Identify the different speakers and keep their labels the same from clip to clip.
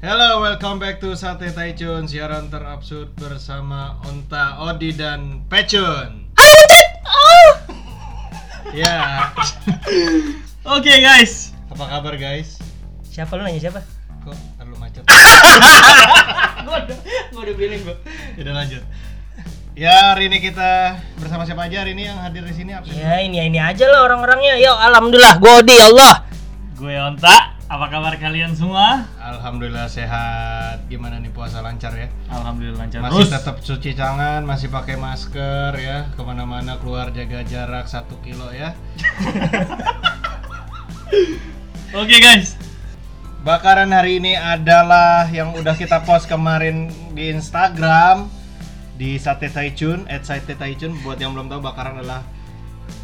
Speaker 1: Welcome back to Sate Taichun, siaran terabsurd bersama Onta, Odi, dan
Speaker 2: Ah,
Speaker 1: Pecun.
Speaker 2: Oh!
Speaker 1: Ya,
Speaker 2: Oke guys.
Speaker 1: apa kabar guys?
Speaker 2: Siapa lu nanya siapa?
Speaker 1: Kok terlalu macet?
Speaker 2: gua udah gua udah feeling gua.
Speaker 1: Tidak lanjut. Ya, hari ini kita bersama siapa aja hari ini yang hadir di sini? absen?
Speaker 2: Ya ini ini aja lah orang-orangnya. Yo alhamdulillah gua Odi ya Allah.
Speaker 3: Gue Onta, apa kabar kalian semua?
Speaker 1: Alhamdulillah sehat. Gimana nih puasa lancar ya?
Speaker 3: Alhamdulillah lancar
Speaker 1: Masih
Speaker 3: terus.
Speaker 1: tetap cuci tangan, masih pakai masker ya. Kemana-mana keluar jaga jarak satu kilo ya.
Speaker 3: Oke guys,
Speaker 1: Bakaran hari ini adalah yang udah kita post kemarin di Instagram di Sate Taichun, at Sate Taichun. Buat yang belum tahu bakaran adalah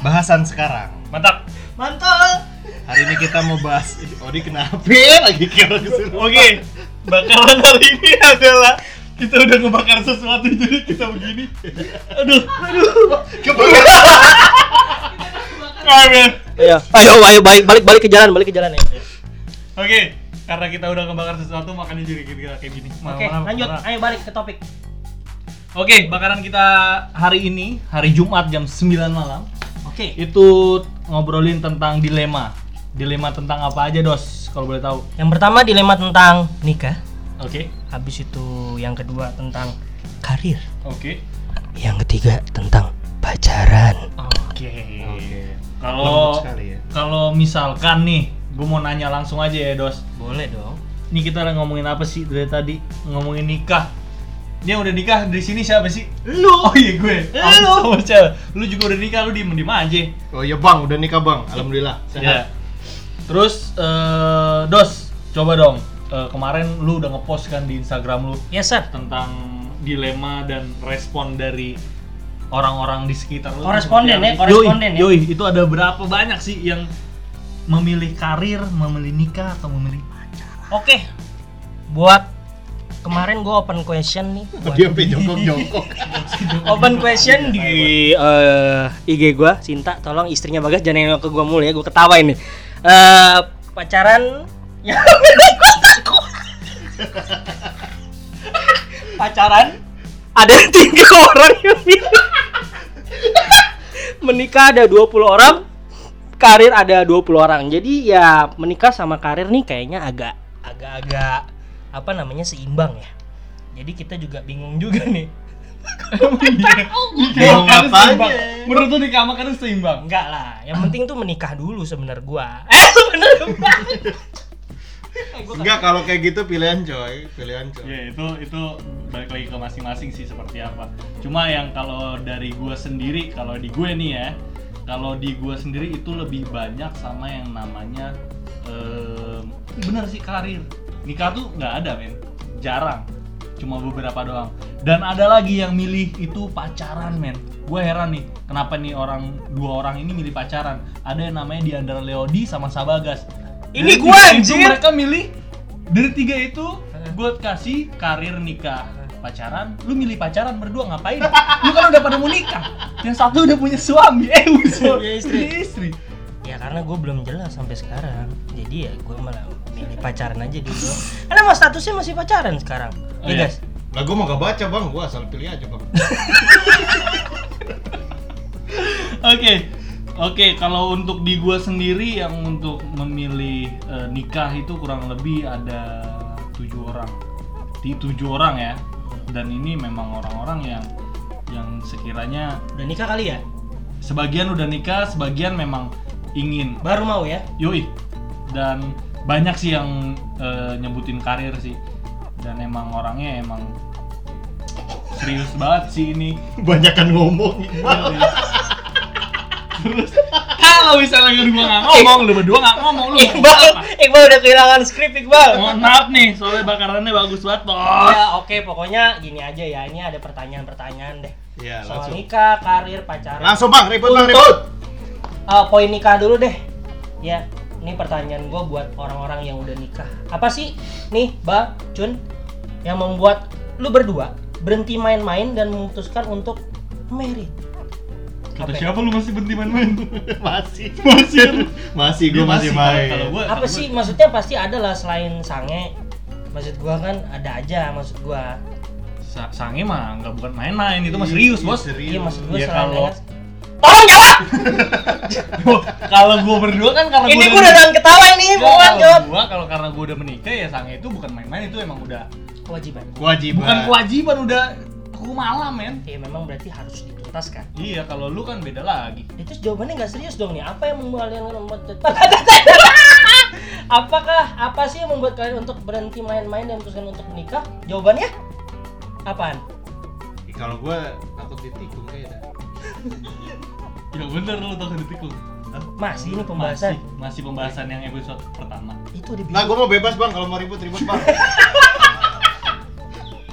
Speaker 1: bahasan sekarang.
Speaker 3: mantap.
Speaker 2: Mantul.
Speaker 1: Hari ini kita mau bahas Odi kenapa lagi kira
Speaker 3: Oke, bakalan hari ini adalah kita udah ngebakar sesuatu jadi kita begini. Aduh, aduh.
Speaker 2: Ayo ayo ayo balik balik balik ke jalan balik ke jalan ya.
Speaker 3: Oke, karena kita udah ngebakar sesuatu makanya jadi kita kayak gini. Maaf,
Speaker 2: Oke
Speaker 3: maaf,
Speaker 2: lanjut
Speaker 3: maaf.
Speaker 2: ayo balik ke topik.
Speaker 3: Oke, bakaran kita hari ini hari Jumat jam 9 malam
Speaker 2: Oke.
Speaker 3: itu ngobrolin tentang dilema. Dilema tentang apa aja, Dos? Kalau boleh tahu.
Speaker 2: Yang pertama dilema tentang nikah.
Speaker 3: Oke.
Speaker 2: Habis itu yang kedua tentang karir.
Speaker 3: Oke.
Speaker 2: Yang ketiga tentang pacaran.
Speaker 3: Oke.
Speaker 1: Oke. Lembut
Speaker 3: Kalau
Speaker 1: sekali ya.
Speaker 3: kalau misalkan nih, gue mau nanya langsung aja ya, Dos.
Speaker 2: Boleh dong.
Speaker 3: Ini kita udah ngomongin apa sih dari tadi? Ngomongin nikah. Dia udah nikah di sini siapa sih? Lu. Oh iya gue. Lu. Sama siapa? Lu juga udah nikah, lu diem diem aja.
Speaker 1: Oh iya Bang, udah nikah Bang. Alhamdulillah.
Speaker 3: Ya.
Speaker 1: Sehat.
Speaker 3: Terus eh, Dos, coba dong. Eh, kemarin lu udah ngepost kan di Instagram lu
Speaker 2: Yes sir.
Speaker 3: tentang dilema dan respon dari orang-orang di sekitar lu.
Speaker 2: Koresponden ya,
Speaker 3: Seperti apa sih?
Speaker 2: koresponden
Speaker 3: Yoi, yoi, itu ada berapa banyak sih yang memilih karir, memilih nikah atau memilih pacar?
Speaker 2: Oke. Buat kemarin gua open question nih. buat
Speaker 1: Dia sampai jongkok-jongkok.
Speaker 2: open question di eh, IG gua Sinta tolong istrinya Bagas jangan nengok ke gua mulu ya gua ketawa ini Eh, pacaran ya gua takut. pacaran ada tiga orang yang bilang menikah ada 20 orang karir ada 20 orang jadi ya menikah sama karir nih kayaknya agak agak-agak apa namanya seimbang ya jadi kita juga bingung juga nih
Speaker 1: Bingung
Speaker 3: Nikah makan
Speaker 1: apanya?
Speaker 3: seimbang. Menurut lu nikah makan itu seimbang?
Speaker 2: Enggak lah, yang penting tuh menikah dulu sebenar gua. Eh, sebenar gua.
Speaker 1: Enggak kalau kayak gitu pilihan coy, pilihan coy.
Speaker 3: Ya itu itu balik lagi ke masing-masing sih seperti apa. Cuma yang kalau dari gua sendiri, kalau di gue nih ya, kalau di gua sendiri itu lebih banyak sama yang namanya em, bener sih karir. Nikah tuh nggak ada men, jarang. Cuma beberapa doang. Dan ada lagi yang milih itu pacaran men. Gue heran nih, kenapa nih orang dua orang ini milih pacaran? Ada yang namanya Diandra Leodi sama Sabagas.
Speaker 2: Ini
Speaker 3: Dari
Speaker 2: gua,
Speaker 3: tiga itu
Speaker 2: anjir!
Speaker 3: mereka milih dari tiga itu gue kasih karir nikah pacaran lu milih pacaran berdua ngapain lu kan udah pada mau nikah yang satu udah punya suami eh usul
Speaker 2: Punya istri.
Speaker 3: punya istri
Speaker 2: ya karena gua belum jelas sampai sekarang. Jadi ya gua malah milih pacaran aja dulu. Karena mau statusnya masih pacaran sekarang.
Speaker 3: Oh,
Speaker 2: ya
Speaker 3: iya.
Speaker 2: guys.
Speaker 1: Lah gua mau gak baca Bang, gua asal pilih aja Bang.
Speaker 3: oke oke kalau untuk di gua sendiri yang untuk memilih eh, nikah itu kurang lebih ada tujuh orang di tujuh orang ya dan ini memang orang-orang yang yang sekiranya
Speaker 2: Udah nikah kali ya?
Speaker 3: sebagian udah nikah sebagian memang ingin
Speaker 2: Baru mau ya?
Speaker 3: Yoi. Dan banyak sih yang eh, nyebutin karir sih. Dan emang orangnya emang serius banget sih ini.
Speaker 1: Banyakan ngomong.
Speaker 3: Serius. Terus kalau misalnya lu berdua nggak
Speaker 1: Eh.
Speaker 3: ngomong, lu berdua nggak ngomong, lu ngomong
Speaker 2: Iqbal,
Speaker 3: apa?
Speaker 2: Iqbal udah kehilangan skrip Iqbal.
Speaker 3: Mohon maaf nih, soalnya bakarannya bagus banget, bos.
Speaker 2: Ya oke, pokoknya gini aja ya. Ini ada pertanyaan-pertanyaan deh.
Speaker 1: Iya,
Speaker 2: Soal
Speaker 1: langsung.
Speaker 2: nikah, karir, pacaran.
Speaker 1: Langsung Bang, ribut Bang, ribut.
Speaker 2: Ah, poin nikah dulu deh. Ya, ini pertanyaan gue buat orang-orang yang udah nikah. Apa sih nih, Ba, Cun, yang membuat lu berdua berhenti main-main dan memutuskan untuk married? Apa
Speaker 3: Kata
Speaker 2: ya?
Speaker 3: siapa lu masih berhenti main-main?
Speaker 1: Masih.
Speaker 3: Masih.
Speaker 1: Masih
Speaker 3: Dia
Speaker 1: gua masih
Speaker 3: kalau-
Speaker 1: main.
Speaker 3: Kalau gua,
Speaker 2: Apa
Speaker 3: kalau
Speaker 2: sih maksudnya pasti ada lah selain sange, maksud gua kan ada aja maksud gua
Speaker 3: Sa- sange mah nggak bukan main-main itu mah
Speaker 1: Iya,
Speaker 3: serius
Speaker 1: iya,
Speaker 3: bos
Speaker 1: serius.
Speaker 2: iya maksud gua
Speaker 3: Ya,
Speaker 2: seandainya-
Speaker 3: kalau-
Speaker 2: tolong jawab
Speaker 3: kalau gua berdua kan karena
Speaker 2: ini gua udah tahan ketawa nih
Speaker 3: Nggak,
Speaker 2: bukan
Speaker 3: kalau
Speaker 2: jawab
Speaker 3: gua kalau karena gua udah menikah ya sange itu bukan main-main itu emang udah
Speaker 2: kewajiban
Speaker 1: Kewajiban.
Speaker 3: bukan kewajiban udah aku malam men
Speaker 2: ya memang berarti harus dituntaskan
Speaker 3: iya kalau lu kan beda lagi
Speaker 2: itu Eh, jawabannya nggak serius dong nih apa yang membuat kalian apakah apa sih yang membuat kalian untuk berhenti main-main dan memutuskan untuk menikah jawabannya apaan
Speaker 1: Ih, Kalau gua takut ditikung kayaknya.
Speaker 3: ya bener lu takut ditikung
Speaker 2: masih ini pembahasan
Speaker 3: masih, masih pembahasan yang episode pertama
Speaker 2: itu di
Speaker 1: Nah, gua mau bebas, Bang. Kalau mau ribut, ribut, Bang.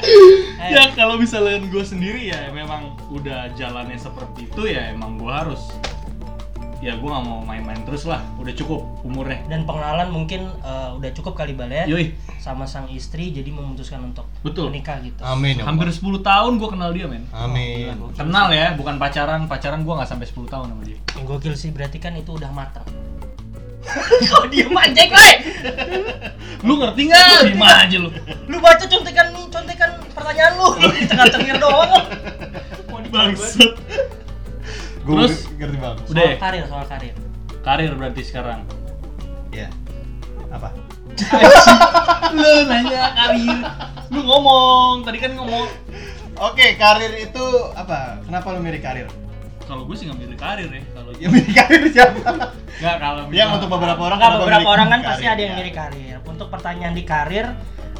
Speaker 2: Eh,
Speaker 3: ya kalau misalnya gue sendiri ya memang udah jalannya seperti itu ya emang gue harus ya gue nggak mau main-main terus lah udah cukup umurnya
Speaker 2: dan pengenalan mungkin eh, udah cukup kali Bal, ya
Speaker 3: yoi
Speaker 2: sama sang istri jadi memutuskan untuk
Speaker 3: Iya. betul
Speaker 2: menikah gitu
Speaker 1: Amin. ya
Speaker 3: hampir
Speaker 1: Allah.
Speaker 3: 10 tahun gue kenal dia men
Speaker 1: Amin.
Speaker 3: kenal ya bukan pacaran pacaran gue nggak sampai 10 tahun sama dia
Speaker 2: yang gokil sih berarti kan itu udah matang kau diem aja gue
Speaker 3: lu ngerti nggak Iya, diem aja lu
Speaker 2: lu baca contekan contekan pertanyaan lu tengah cengir doang lu.
Speaker 3: bangset
Speaker 1: Gua
Speaker 3: Terus?
Speaker 1: ngerti, Bang.
Speaker 2: soal
Speaker 3: Udah ya?
Speaker 2: karir soal karir
Speaker 3: karir berarti sekarang
Speaker 1: Iya. Apa?
Speaker 3: lu nanya karir lu ngomong tadi kan ngomong
Speaker 1: Oke, karir itu apa? Kenapa lu milih karir?
Speaker 3: kalau gue sih nggak milih karir ya kalau
Speaker 1: Ya milih karir siapa?
Speaker 3: nggak kalau
Speaker 1: Yang
Speaker 3: misalnya-
Speaker 1: untuk beberapa orang
Speaker 2: Enggak
Speaker 1: kenapa
Speaker 2: beberapa
Speaker 1: milih
Speaker 2: orang kan
Speaker 1: karir? Iya.
Speaker 2: pasti ada yang milih karir. Untuk pertanyaan di karir,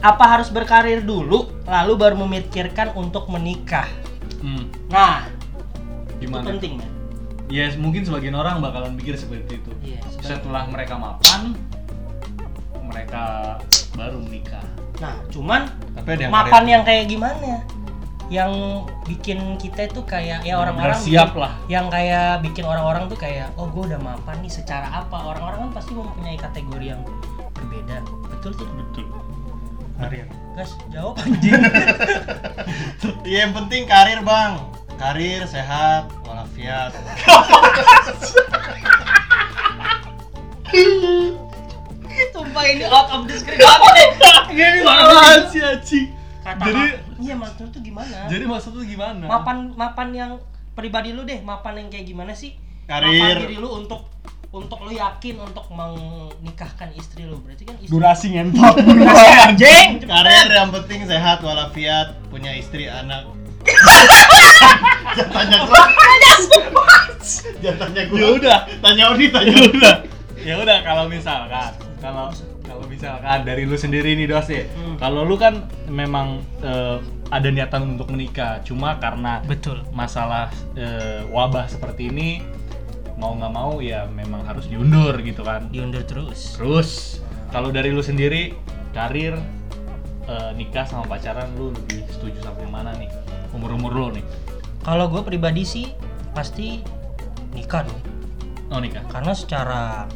Speaker 2: apa harus berkarir dulu lalu baru memikirkan untuk menikah?
Speaker 3: hmm,
Speaker 2: Nah, itu
Speaker 3: gimana
Speaker 2: penting ya.
Speaker 3: Ya mungkin sebagian orang bakalan mikir seperti itu.
Speaker 2: Iya, sebagai-
Speaker 3: Setelah mereka mapan, mereka baru menikah.
Speaker 2: Nah, cuman
Speaker 1: Tapi ada yang
Speaker 2: mapan
Speaker 1: karir.
Speaker 2: yang kayak gimana? Yang bikin kita tuh kayak ya orang-orang
Speaker 3: Benar, siap lah.
Speaker 2: yang kayak bikin orang-orang tuh kayak oh gue udah mapan nih secara apa orang-orang kan pasti mempunyai kategori yang berbeda betul tidak
Speaker 3: Betul.
Speaker 1: karir.
Speaker 2: guys jawab anjing
Speaker 1: Iya, yang penting karir, Bang. Karir sehat walafiat.
Speaker 2: sumpah ini out of the script apa nih
Speaker 3: Ini
Speaker 2: orang
Speaker 3: si Aci.
Speaker 2: kata
Speaker 3: Ah, Jadi
Speaker 2: iya maksud tuh gimana
Speaker 3: jadi maksud lu gimana?
Speaker 2: mapan mapan yang pribadi lu deh mapan yang kayak gimana sih mapan
Speaker 1: Karir.
Speaker 2: diri lu untuk untuk lu yakin untuk menikahkan istri lu berarti kan istri
Speaker 3: Durasi ngentot.
Speaker 2: anjing
Speaker 1: Karir yang penting sehat walafiat, punya istri, anak. Jangan tanya gua. Jangan tanya gua.
Speaker 3: ya udah,
Speaker 1: Tanya Odi, tanya
Speaker 3: ya udah. Ya udah kalau misalkan kalau kalau misalkan dari lu sendiri nih Dos ya.
Speaker 2: Hmm.
Speaker 3: Kalau lu kan memang eh, ada niatan untuk menikah, cuma karena
Speaker 2: betul
Speaker 3: masalah eh, wabah seperti ini mau nggak mau ya memang harus diundur gitu kan
Speaker 2: diundur terus
Speaker 3: terus kalau dari lu sendiri karir eh, nikah sama pacaran lu lebih setuju sama yang mana nih umur umur lu nih
Speaker 2: kalau gue pribadi sih pasti nikah dong
Speaker 3: oh nikah
Speaker 2: karena secara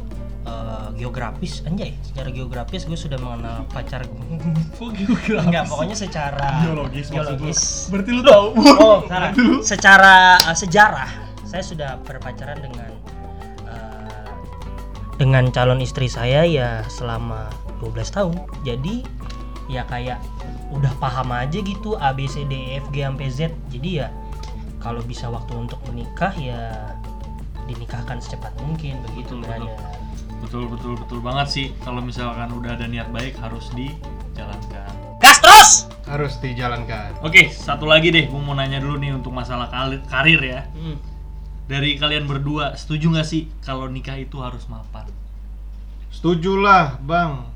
Speaker 2: eh, geografis anjay secara geografis gue sudah mengenal pacar gue
Speaker 3: kok geografis
Speaker 2: enggak pokoknya secara
Speaker 3: biologis maksud lu
Speaker 2: biologis.
Speaker 3: berarti lu tahu
Speaker 2: Oh, salah.
Speaker 3: Berarti lu-
Speaker 2: Secara uh, sejarah, saya sudah berpacaran dengan uh, dengan calon istri saya ya selama 12 tahun. Jadi ya kayak udah paham aja gitu A B C D E F G sampai Z. Jadi ya kalau bisa waktu untuk menikah ya dinikahkan secepat mungkin begitu
Speaker 3: Betul,
Speaker 2: kan
Speaker 3: betul.
Speaker 2: ya.
Speaker 3: betul betul betul banget sih kalau misalkan udah ada niat baik harus dijalankan
Speaker 2: Gas terus.
Speaker 1: Harus dijalankan.
Speaker 3: Oke, satu lagi deh, gue mau nanya dulu nih untuk masalah kalir, karir ya. Dari kalian berdua, setuju nggak sih kalau nikah itu harus mapan?
Speaker 1: Setujulah, Bang.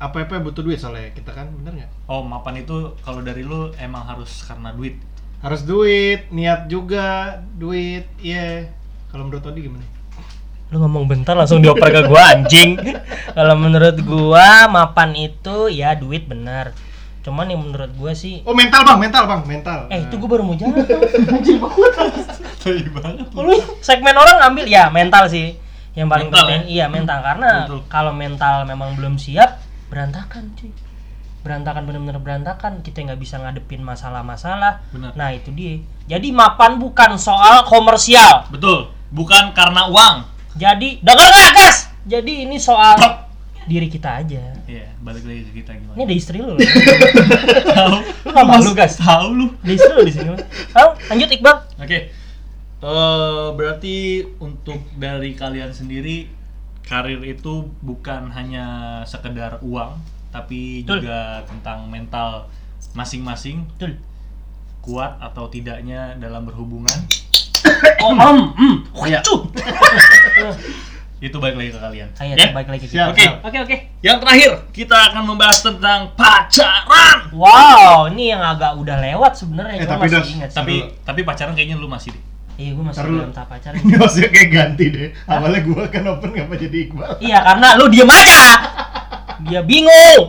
Speaker 1: APP butuh duit soalnya kita kan, bener nggak?
Speaker 3: Oh, mapan itu kalau dari lu emang harus karena duit.
Speaker 1: Harus duit, niat juga, duit, iya. Kalau menurut Odi gimana?
Speaker 2: lu ngomong bentar langsung dioper ke gua anjing kalau menurut gua mapan itu ya duit benar cuman yang menurut gua sih
Speaker 1: Oh mental bang, mental bang, mental.
Speaker 2: eh itu
Speaker 1: Nah.
Speaker 2: gua baru mau jawab anjing banget
Speaker 3: Tapi banget.
Speaker 2: lu segmen orang ngambil ya mental sih yang paling
Speaker 3: Mental, ya?
Speaker 2: penting iya mental karena
Speaker 3: Betul.
Speaker 2: kalau mental memang belum siap berantakan cuy berantakan bener-bener berantakan kita nggak bisa ngadepin masalah-masalah
Speaker 3: Benar.
Speaker 2: nah itu dia jadi mapan bukan soal komersial
Speaker 3: Betul, bukan karena uang.
Speaker 2: Jadi dengar nggak guys? Jadi ini soal diri kita aja
Speaker 3: Iya, balik lagi ke kita gimana?
Speaker 2: ini ada istri lu loh.
Speaker 3: tahu.
Speaker 2: Lu nggak malu, guys?
Speaker 3: Tahu lu.
Speaker 2: ada istri lu di sini Mas. Halo, lanjut Iqbal
Speaker 3: Oke. Eh, berarti untuk dari kalian sendiri karir itu bukan hanya sekedar uang, tapi
Speaker 2: Betul.
Speaker 3: juga tentang mental masing-masing
Speaker 2: betul
Speaker 3: kuat atau tidaknya dalam berhubungan.
Speaker 2: om om mm.
Speaker 3: Iya.
Speaker 2: Cuh.
Speaker 3: itu balik lagi ke kalian.
Speaker 2: ayo
Speaker 3: Ya?
Speaker 2: balik lagi
Speaker 1: Siap,
Speaker 2: oke
Speaker 3: siap.
Speaker 2: Iya, oke oke
Speaker 3: Yang terakhir, kita akan membahas tentang pacaran.
Speaker 2: wow ini yang agak udah lewat
Speaker 1: Eh,
Speaker 2: sebenarnya gua
Speaker 1: tapi
Speaker 2: masih
Speaker 1: Das,
Speaker 2: ingat sih.
Speaker 3: Tapi tapi pacaran kayaknya lu masih deh.
Speaker 2: iya gua masih
Speaker 1: Ntar lu.
Speaker 2: dalam tahap pacaran
Speaker 1: Ini maksudnya kayak ganti deh. Awalnya gua kan open ngapa jadi Iqbal?
Speaker 2: iya karena lu diem aja dia bingung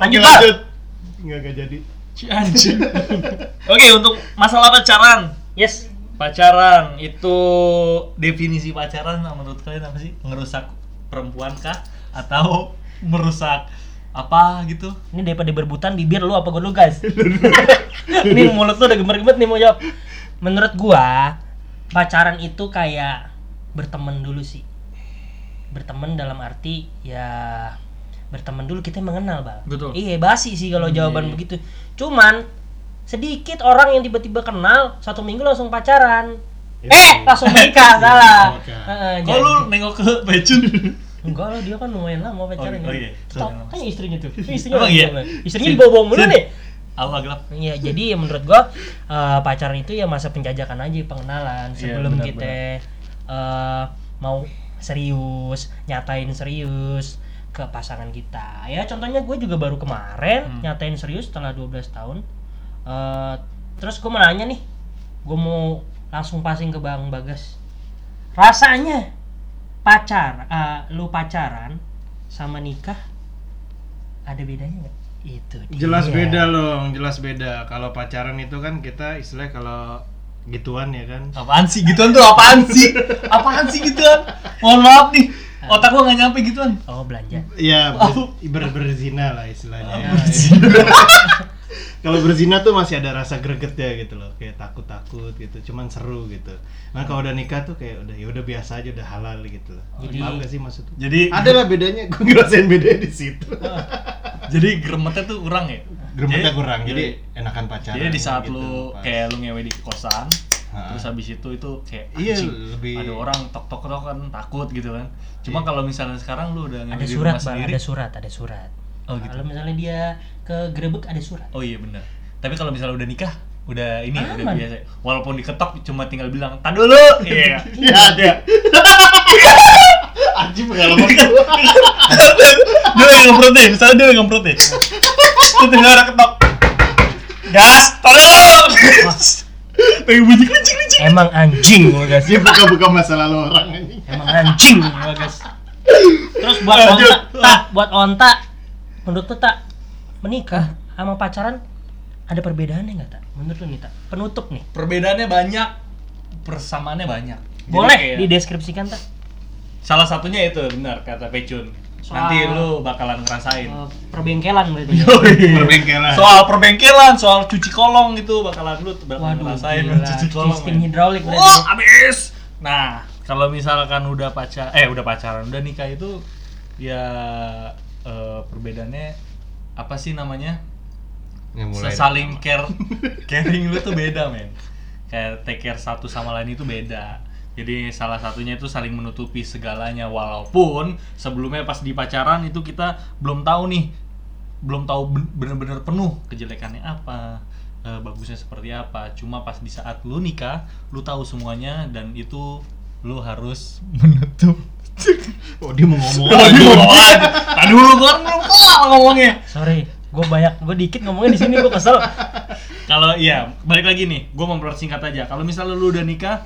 Speaker 2: lanjut
Speaker 1: Oke,
Speaker 2: Bal.
Speaker 1: Nggak nggak jadi.
Speaker 3: Anjir. Oke, untuk masalah pacaran.
Speaker 2: yes
Speaker 3: Pacaran itu definisi pacaran menurut kalian apa sih? Ngerusak perempuan kah atau merusak apa gitu?
Speaker 2: ini daripada berbutan bibir lu apa gue dulu guys ini mulut lu udah gemer-gemer nih mau jawab menurut gua pacaran itu kayak berteman dulu sih berteman dalam arti ya berteman dulu kita mengenal bal
Speaker 3: Betul.
Speaker 2: iya basi sih kalau jawaban
Speaker 3: Iya.
Speaker 2: begitu cuman sedikit orang yang tiba-tiba kenal satu minggu langsung pacaran
Speaker 3: Iya.
Speaker 2: eh langsung menikah salah
Speaker 1: menikah.
Speaker 2: Heeh,
Speaker 3: Kok
Speaker 2: jadi-
Speaker 3: Iya. lu
Speaker 1: gitu.
Speaker 3: nengok ke Bejun?
Speaker 2: Enggak lah dia kan lumayan lama pacaran
Speaker 3: Oh, oh iya.
Speaker 2: Tanya istrinya tuh. Kan Istrinya
Speaker 3: Emang iya?
Speaker 2: lama. Istrinya dibawa-bawa mulu
Speaker 3: Sin.
Speaker 2: nih.
Speaker 3: Allah gelap.
Speaker 2: Iya, jadi ya menurut gua eh, pacaran itu ya masa penjajakan aja pengenalan
Speaker 3: Iya,
Speaker 2: sebelum
Speaker 3: benar,
Speaker 2: kita eh, mau serius, nyatain serius ke pasangan kita. Ya contohnya gue juga baru kemarin
Speaker 3: Hmm.
Speaker 2: nyatain serius setelah 12 tahun. Eh, terus gue mau nanya nih, gue mau langsung passing ke Bang Bagas. Rasanya pacar, eh, lu pacaran sama nikah ada bedanya nggak? Itu dia.
Speaker 1: Jelas beda loh, jelas beda. Kalau pacaran itu kan kita istilah kalau gituan ya kan.
Speaker 3: Apaan sih gituan tuh? Apaan sih? Apaan sih gituan? Mohon maaf nih. Otak gua nggak nyampe gituan.
Speaker 2: Oh belanja.
Speaker 1: Ya ber, ber- berzina lah istilahnya. Iya.
Speaker 3: Oh,
Speaker 1: kalau berzina tuh masih ada rasa greget ya gitu loh, kayak takut-takut gitu, cuman seru gitu. Nah kalau udah nikah tuh kayak udah ya udah biasa aja udah halal gitu loh.
Speaker 2: Jadi-
Speaker 1: Paham gak sih maksud tuh?
Speaker 3: Jadi
Speaker 1: Ada lah bedanya, gue ngerasain bedanya di situ.
Speaker 3: jadi gremetnya tuh kurang ya
Speaker 1: Gremetnya
Speaker 3: Jadi-
Speaker 1: kurang, jadi enakan pacaran.
Speaker 3: jadi di saat
Speaker 1: gitu,
Speaker 3: lu
Speaker 1: pas.
Speaker 3: kayak lu ngewe di kosan
Speaker 1: Ha.
Speaker 3: terus habis itu itu kayak
Speaker 1: Iya,
Speaker 3: anjing,
Speaker 1: lebih- Iya.
Speaker 3: ada orang tok tok tok kan takut gitu kan cuma kalau misalnya sekarang lu udah ngewe
Speaker 2: Ada
Speaker 3: di
Speaker 2: surat,
Speaker 3: rumah
Speaker 2: Bang.
Speaker 3: sendiri
Speaker 2: Ada surat, ada surat.
Speaker 3: Oh, gitu.
Speaker 2: Kalau misalnya dia ke Grebek ada surat.
Speaker 3: oh iya bener tapi kalau misalnya udah nikah udah ini ya, udah
Speaker 2: Aman.
Speaker 3: biasa walaupun diketok cuma tinggal bilang tan dulu iya
Speaker 1: Iya ada. Aji pengalaman gua.
Speaker 3: dia lagi ngemprut nih misalnya dia lagi ngemprut nih terus tinggal ada ketok gas tan dulu lagi bunyi kencing kencing
Speaker 2: Emang anjing gua guys.
Speaker 1: Dia buka-buka masa lalu orang anjing.
Speaker 2: Emang anjing gua guys. Terus buat
Speaker 3: Lanjut.
Speaker 2: onta, tak, buat onta menurut lu tak menikah sama pacaran ada perbedaannya nggak tak? Menurut lu nih tak? Penutup nih.
Speaker 3: perbedaannya banyak persamaannya banyak Jadi
Speaker 2: Boleh
Speaker 3: kayak-
Speaker 2: dideskripsikan tak?
Speaker 3: salah satunya itu benar kata Pecun
Speaker 2: Soal-
Speaker 3: nanti lu bakalan ngerasain
Speaker 2: Eh, perbengkelan berarti. ya.
Speaker 1: Perbengkelan.
Speaker 3: soal perbengkelan soal cuci kolong gitu bakalan lu bakalan
Speaker 2: Waduh,
Speaker 3: ngerasain
Speaker 2: gila.
Speaker 3: cuci kolong
Speaker 2: Sistem
Speaker 3: ya.
Speaker 2: hidraulik berarti.
Speaker 3: Wah, abis nah kalau misalkan udah pacar eh udah pacaran udah nikah itu ya eh, perbedaannya apa sih namanya
Speaker 1: Ya, mulai
Speaker 3: saling care caring lu tuh beda men kayak take care satu sama lain itu beda jadi salah satunya itu saling menutupi segalanya walaupun sebelumnya pas di pacaran itu kita belum tahu nih belum tahu ben- bener-bener penuh kejelekannya apa eh, bagusnya seperti apa cuma pas di saat lu nikah lu tahu semuanya dan itu lu harus menutup
Speaker 1: Oh dia mau ngomong.
Speaker 3: tadi tadi dulu gua kan belum kelar ngomongnya
Speaker 2: Sorry, gue banyak, gue dikit ngomongnya di sini gue kesel.
Speaker 3: kalau iya balik lagi nih gue mempersingkat aja kalau misalnya lu udah nikah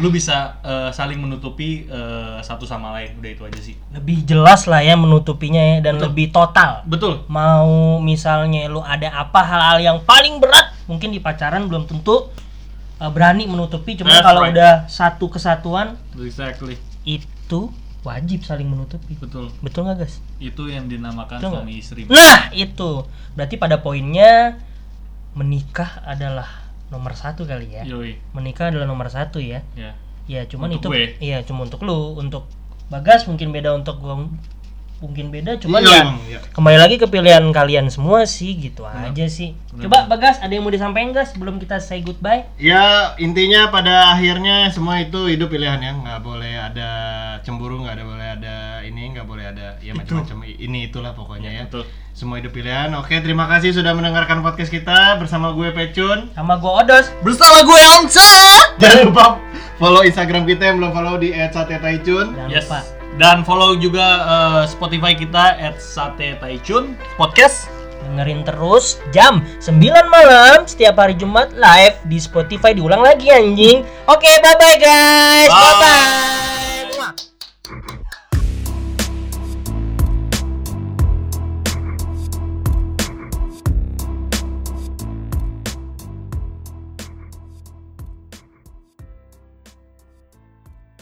Speaker 3: lu bisa eh, saling menutupi eh, satu sama lain udah itu aja sih
Speaker 2: Lebih jelas lah ya menutupinya ya dan
Speaker 3: Betul.
Speaker 2: lebih total.
Speaker 3: betul
Speaker 2: mau misalnya lu ada apa hal-hal yang paling berat mungkin di pacaran belum tentu uh, berani menutupi cuma
Speaker 3: That's
Speaker 2: kalau
Speaker 3: right.
Speaker 2: udah satu kesatuan
Speaker 3: exactly
Speaker 2: itu wajib saling menutupi
Speaker 3: betul
Speaker 2: betul nggak guys
Speaker 3: itu yang dinamakan
Speaker 2: Betul nggak?
Speaker 3: suami istri
Speaker 2: nah itu berarti pada poinnya menikah adalah nomor satu kali ya
Speaker 3: yoi
Speaker 2: menikah adalah nomor satu ya
Speaker 3: ya
Speaker 2: ya cuman
Speaker 3: Iya. Untuk
Speaker 2: itu
Speaker 3: gue.
Speaker 2: iya cuma untuk lu untuk bagas mungkin beda untuk gua mungkin beda cuman
Speaker 1: Iya,
Speaker 2: ya
Speaker 1: emang, iya.
Speaker 2: kembali lagi ke pilihan kalian semua sih gitu
Speaker 3: Iya.
Speaker 2: aja sih coba bagas ada yang mau disampaikan gas belum kita say goodbye
Speaker 1: Ya intinya pada akhirnya semua itu hidup pilihan ya nggak boleh ada cemburu nggak ada boleh ada ini nggak boleh ada ya macam-macam I- ini itulah pokoknya ya
Speaker 3: Betul.
Speaker 1: semua hidup pilihan oke terima kasih sudah mendengarkan podcast kita bersama gue Pecun
Speaker 2: sama gua odos
Speaker 4: Bersama gue Anca.
Speaker 1: jangan lupa follow instagram kita yang belum follow di @sate_taicun
Speaker 2: jangan
Speaker 3: Yes.
Speaker 2: lupa
Speaker 3: Dan follow juga eh, Spotify kita at Sate Taichun Podcast.
Speaker 2: dengerin terus jam 9 malam setiap hari Jumat live di Spotify diulang lagi anjing oke bye bye guys
Speaker 3: Bye.